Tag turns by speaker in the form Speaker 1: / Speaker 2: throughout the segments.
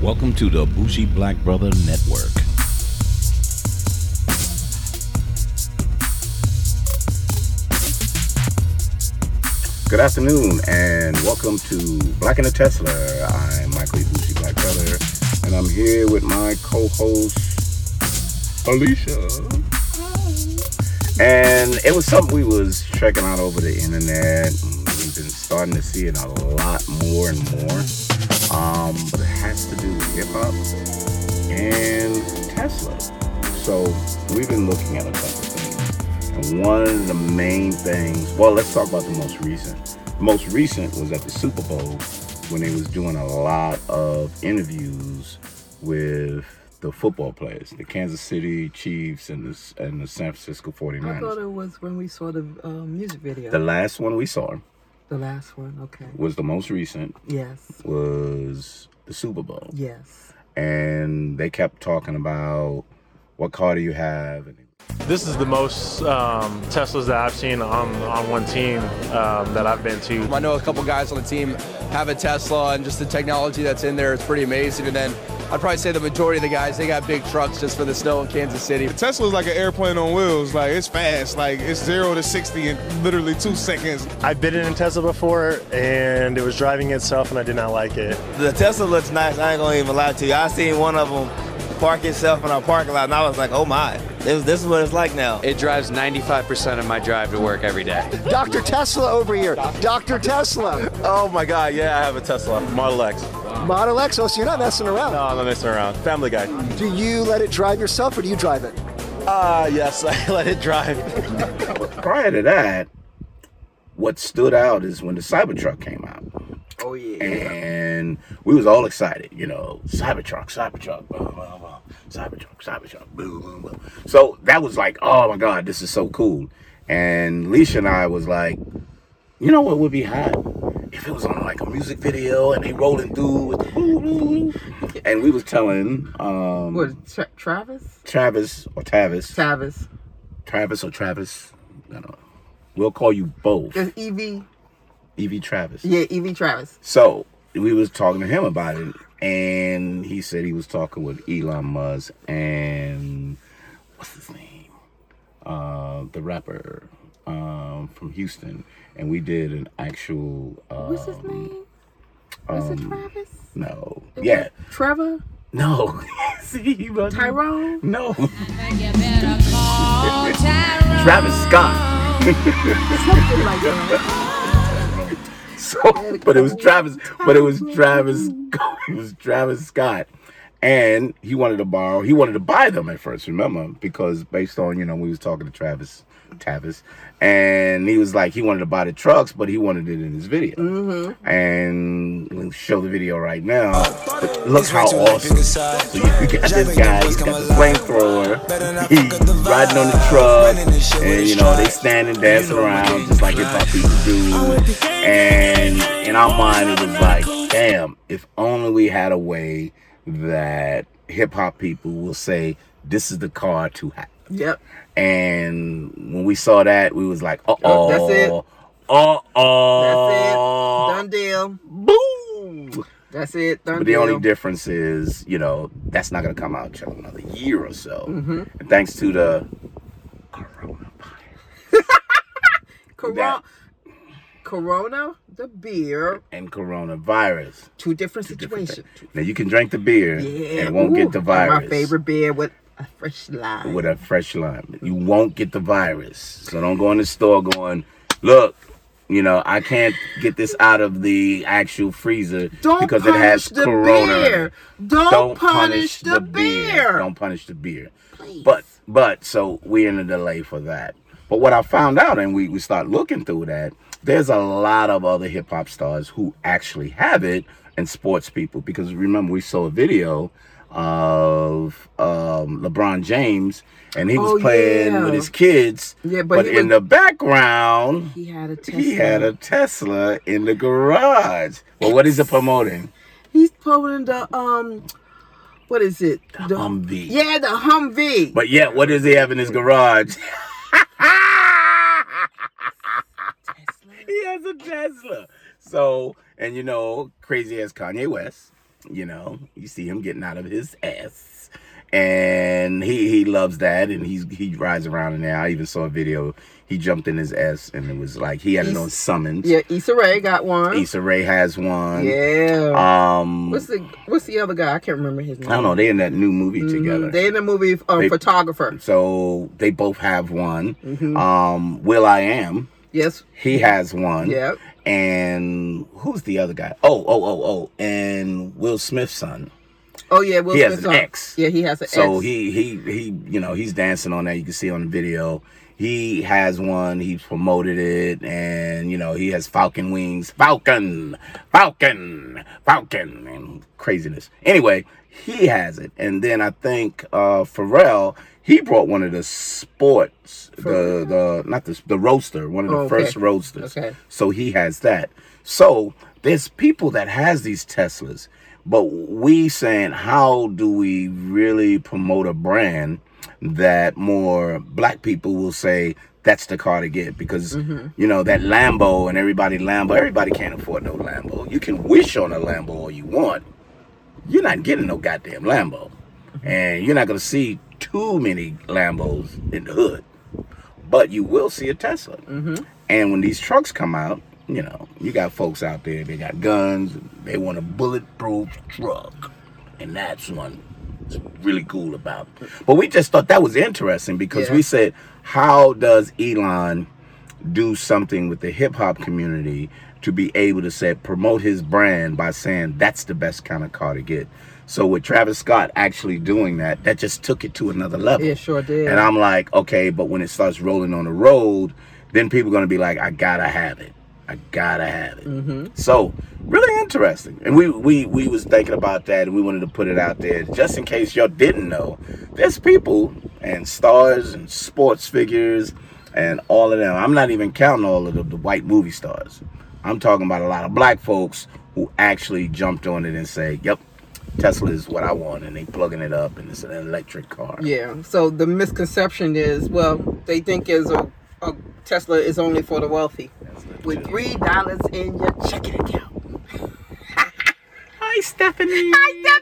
Speaker 1: Welcome to the Bougie Black Brother Network.
Speaker 2: Good afternoon and welcome to Black in a Tesla. I'm Michael E. Bougie Black Brother and I'm here with my co-host Alicia. And it was something we was checking out over the internet. and We've been starting to see it a lot more and more. Um, but it has to do with hip hop and Tesla. So we've been looking at a couple things. And one of the main things, well, let's talk about the most recent. The most recent was at the Super Bowl when they was doing a lot of interviews with the football players, the Kansas City Chiefs and the, and the San Francisco
Speaker 3: I thought
Speaker 2: 49ers.
Speaker 3: it was when we saw the um, music video.
Speaker 2: The last one we saw
Speaker 3: the last one, okay.
Speaker 2: was the most recent
Speaker 3: Yes,
Speaker 2: was the Super Bowl.
Speaker 3: yes.
Speaker 2: And they kept talking about what car do you have and
Speaker 4: This is the most um, Teslas that I've seen on, on one team um, that I've been to.
Speaker 5: I know a couple guys on the team have a Tesla, and just the technology that's in there is pretty amazing. And then I'd probably say the majority of the guys they got big trucks just for the snow in Kansas City.
Speaker 6: Tesla is like an airplane on wheels. Like it's fast. Like it's zero to sixty in literally two seconds.
Speaker 4: I've been in a Tesla before and it was driving itself and I did not like it.
Speaker 7: The Tesla looks nice. I ain't gonna even lie to you. I seen one of them park itself in our parking lot, and I was like, "Oh my, this, this is what it's like now."
Speaker 8: It drives 95% of my drive to work every day.
Speaker 9: Dr. Tesla over here. Dr. Tesla.
Speaker 7: oh my God, yeah, I have a Tesla Model X.
Speaker 9: Model X, oh, so you're not messing around.
Speaker 7: I'm not messing around. Family Guy.
Speaker 9: Do you let it drive yourself or do you drive it?
Speaker 7: Ah, yes, I let it drive.
Speaker 2: prior to that, what stood out is when the Cybertruck came out,
Speaker 3: Oh, yeah.
Speaker 2: and we was all excited, you know, Cybertruck, Cybertruck, blah, blah, blah, Cybertruck, Cybertruck, blah, blah, blah. So that was like, oh my God, this is so cool. And Leisha and I was like, you know what would be hot if it was on like a music video and they rolling through with the and we was telling um
Speaker 3: What, Tra- Travis?
Speaker 2: Travis or Tavis,
Speaker 3: Travis.
Speaker 2: Travis or Travis, I don't know. We'll call you both.
Speaker 3: There's EV.
Speaker 2: Evie E Travis.
Speaker 3: Yeah, EV Travis.
Speaker 2: So we was talking to him about it, and he said he was talking with Elon Musk and what's his name, uh, the rapper um, from Houston, and we did an actual. Um,
Speaker 3: What's his name? Was it Travis?
Speaker 2: No. Yeah.
Speaker 3: Trevor?
Speaker 2: No. See, he wasn't-
Speaker 3: Tyrone?
Speaker 2: No. Travis Scott.
Speaker 3: Something like that.
Speaker 2: So, but it was Travis. But it was Travis. It was Travis Scott, and he wanted to borrow. He wanted to buy them at first. Remember, because based on you know we was talking to Travis, Tavis, and he was like he wanted to buy the trucks, but he wanted it in his video. Mm-hmm. And we'll show the video right now. But look how awesome! So you, you got this guy. He's got the flamethrower. He's riding on the truck, and you know they standing dancing around just like hip hop people do. And in our mind, it was like, damn, if only we had a way that hip hop people will say, this is the car to have.
Speaker 3: Yep.
Speaker 2: And when we saw that, we was like, uh oh.
Speaker 3: That's it.
Speaker 2: Uh
Speaker 3: That's
Speaker 2: oh.
Speaker 3: it. Done deal.
Speaker 2: Boom.
Speaker 3: That's it. Done
Speaker 2: But the
Speaker 3: deal.
Speaker 2: only difference is, you know, that's not going to come out till another year or so.
Speaker 3: Mm-hmm.
Speaker 2: And thanks to the
Speaker 3: Corona.
Speaker 2: that.
Speaker 3: Corona, the beer.
Speaker 2: and coronavirus.
Speaker 3: Two different
Speaker 2: Different
Speaker 3: situations.
Speaker 2: thing. Now you can drink the beer
Speaker 3: Yeah.
Speaker 2: and it won't
Speaker 3: Ooh,
Speaker 2: get the virus.
Speaker 3: My favorite beer with a fresh lime.
Speaker 2: with a fresh lime. You won't get the virus. So don't go in the store going, look, you know, I can't get this out of the actual freezer
Speaker 3: Don't
Speaker 2: because it
Speaker 3: punish
Speaker 2: has
Speaker 3: the
Speaker 2: corona. in it."
Speaker 3: beer. Don't, punish, the, beer.
Speaker 2: Don't punish the beer. But but so we're in a delay for that. But what I found out, and we, we start looking through that, there's a lot of other hip hop stars who actually have it, and sports people. Because remember, we saw a video of um, LeBron James, and he was
Speaker 3: Oh,
Speaker 2: playing
Speaker 3: yeah.
Speaker 2: with his kids.
Speaker 3: Yeah, but he
Speaker 2: in
Speaker 3: was-
Speaker 2: the background,
Speaker 3: He had a Tesla.
Speaker 2: he had a Tesla in the garage. Well, what is it promoting?
Speaker 3: He's pulling the um, what is it? The
Speaker 2: Humvee.
Speaker 3: Yeah, the Humvee.
Speaker 2: But yet, what does he have in his garage? he has a Tesla. So, and you know, crazy as Kanye West You know, you see him getting out of his ass, and he he loves that, and he's he rides around in there. I even saw a video. He jumped in his ass, and it was like he had it on summons.
Speaker 3: Yeah, Issa Rae got one.
Speaker 2: Issa Rae has one.
Speaker 3: Yeah.
Speaker 2: Um,
Speaker 3: what's the What's the other guy? I can't remember his name.
Speaker 2: I don't know. They in that new movie together.
Speaker 3: They in the movie um,
Speaker 2: They-
Speaker 3: photographer.
Speaker 2: so they both have one. Um, Will I am.
Speaker 3: Yes.
Speaker 2: He has one.
Speaker 3: Yep.
Speaker 2: And who's the other guy? Oh, oh, oh, oh. And Will Smith's son.
Speaker 3: Oh yeah. Will
Speaker 2: He has
Speaker 3: Smith's
Speaker 2: an
Speaker 3: on-
Speaker 2: ex.
Speaker 3: Yeah, he has an
Speaker 2: So
Speaker 3: ex.
Speaker 2: he he he you know, he's dancing on that, you can see on the video. He has one, he's promoted it, and you know, he has Falcon wings. Falcon, Falcon, Falcon, and craziness. Anyway, he has it. And then I think uh Pharrell, he brought one of the sports, the the not the the roaster, one of the
Speaker 3: Oh, okay.
Speaker 2: first roasters.
Speaker 3: Okay.
Speaker 2: So he has that. So there's people that has these Teslas, but we saying how do we really promote a brand that more black people will say that's the car to get because you know that Lambo and everybody Lambo everybody can't afford no Lambo. You can wish on a Lambo all you want. You're not getting no goddamn Lambo. And you're not going to see too many Lambos in the hood but you will see a Tesla. And when these trucks come out, you know, you got folks out there, they got guns, they want a bulletproof truck. And that's one that's really cool about. But we just thought that was interesting because
Speaker 3: Yeah.
Speaker 2: we said, how does Elon do something with the hip hop community to be able to say promote his brand by saying that's the best kind of car to get? So with Travis Scott actually doing that, that just took it to another level.
Speaker 3: Yeah, sure did.
Speaker 2: And I'm like, okay, but when it starts rolling on the road, then people are gonna be like, I gotta have it. I gotta have it. So really interesting. And we we we was thinking about that, and we wanted to put it out there just in case y'all didn't know. There's people and stars and sports figures and all of them. I'm not even counting all of the, the white movie stars. I'm talking about a lot of black folks who actually jumped on it and say, "Yep, Tesla is what I want," and they plugging it up, and it's an electric car.
Speaker 3: Yeah. So the misconception is, well, they think is a, a Tesla is only for the wealthy. With three dollars in your checking account.
Speaker 2: Hi, Stephanie.
Speaker 3: Hi,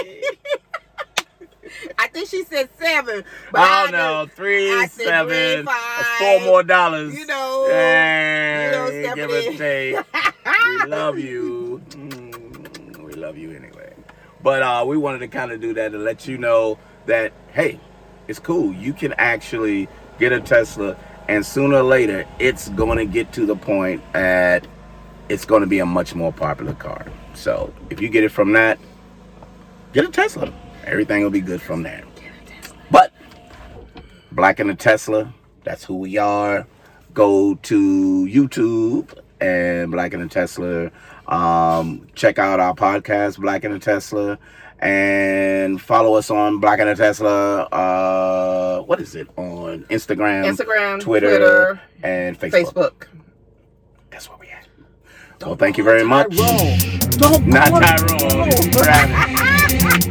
Speaker 3: Stephanie. I think she said seven. But
Speaker 2: Oh
Speaker 3: I
Speaker 2: no,
Speaker 3: just-
Speaker 2: three,
Speaker 3: I said
Speaker 2: seven,
Speaker 3: three,
Speaker 2: that's
Speaker 3: five.
Speaker 2: four more dollars.
Speaker 3: You know,
Speaker 2: Yeah,
Speaker 3: you know,
Speaker 2: give and
Speaker 3: Stephanie.
Speaker 2: take.
Speaker 3: Ah!
Speaker 2: we love you. Mm, we love you anyway. But uh, we wanted to kind of do that to let you know that hey, it's cool. You can actually get a Tesla, and sooner or later, it's going to get to the point at it's going to be a much more popular car. So if you get it from that, get a Tesla. Everything will be good from there. But Black and the Tesla, that's who we are. Go to YouTube and Black and the Tesla. Um, check out our podcast, Black and the Tesla, and follow us on Black and the Tesla. Uh, what is it on Instagram,
Speaker 3: Instagram,
Speaker 2: Twitter,
Speaker 3: Twitter,
Speaker 2: and Facebook.
Speaker 3: Facebook.
Speaker 2: That's where we at. Well, thank you very much.
Speaker 3: Don't
Speaker 2: Not Tyrone. it's Travis.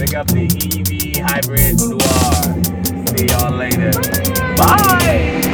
Speaker 2: Pick up E the EV hybrid noir. See y'all later. Bye.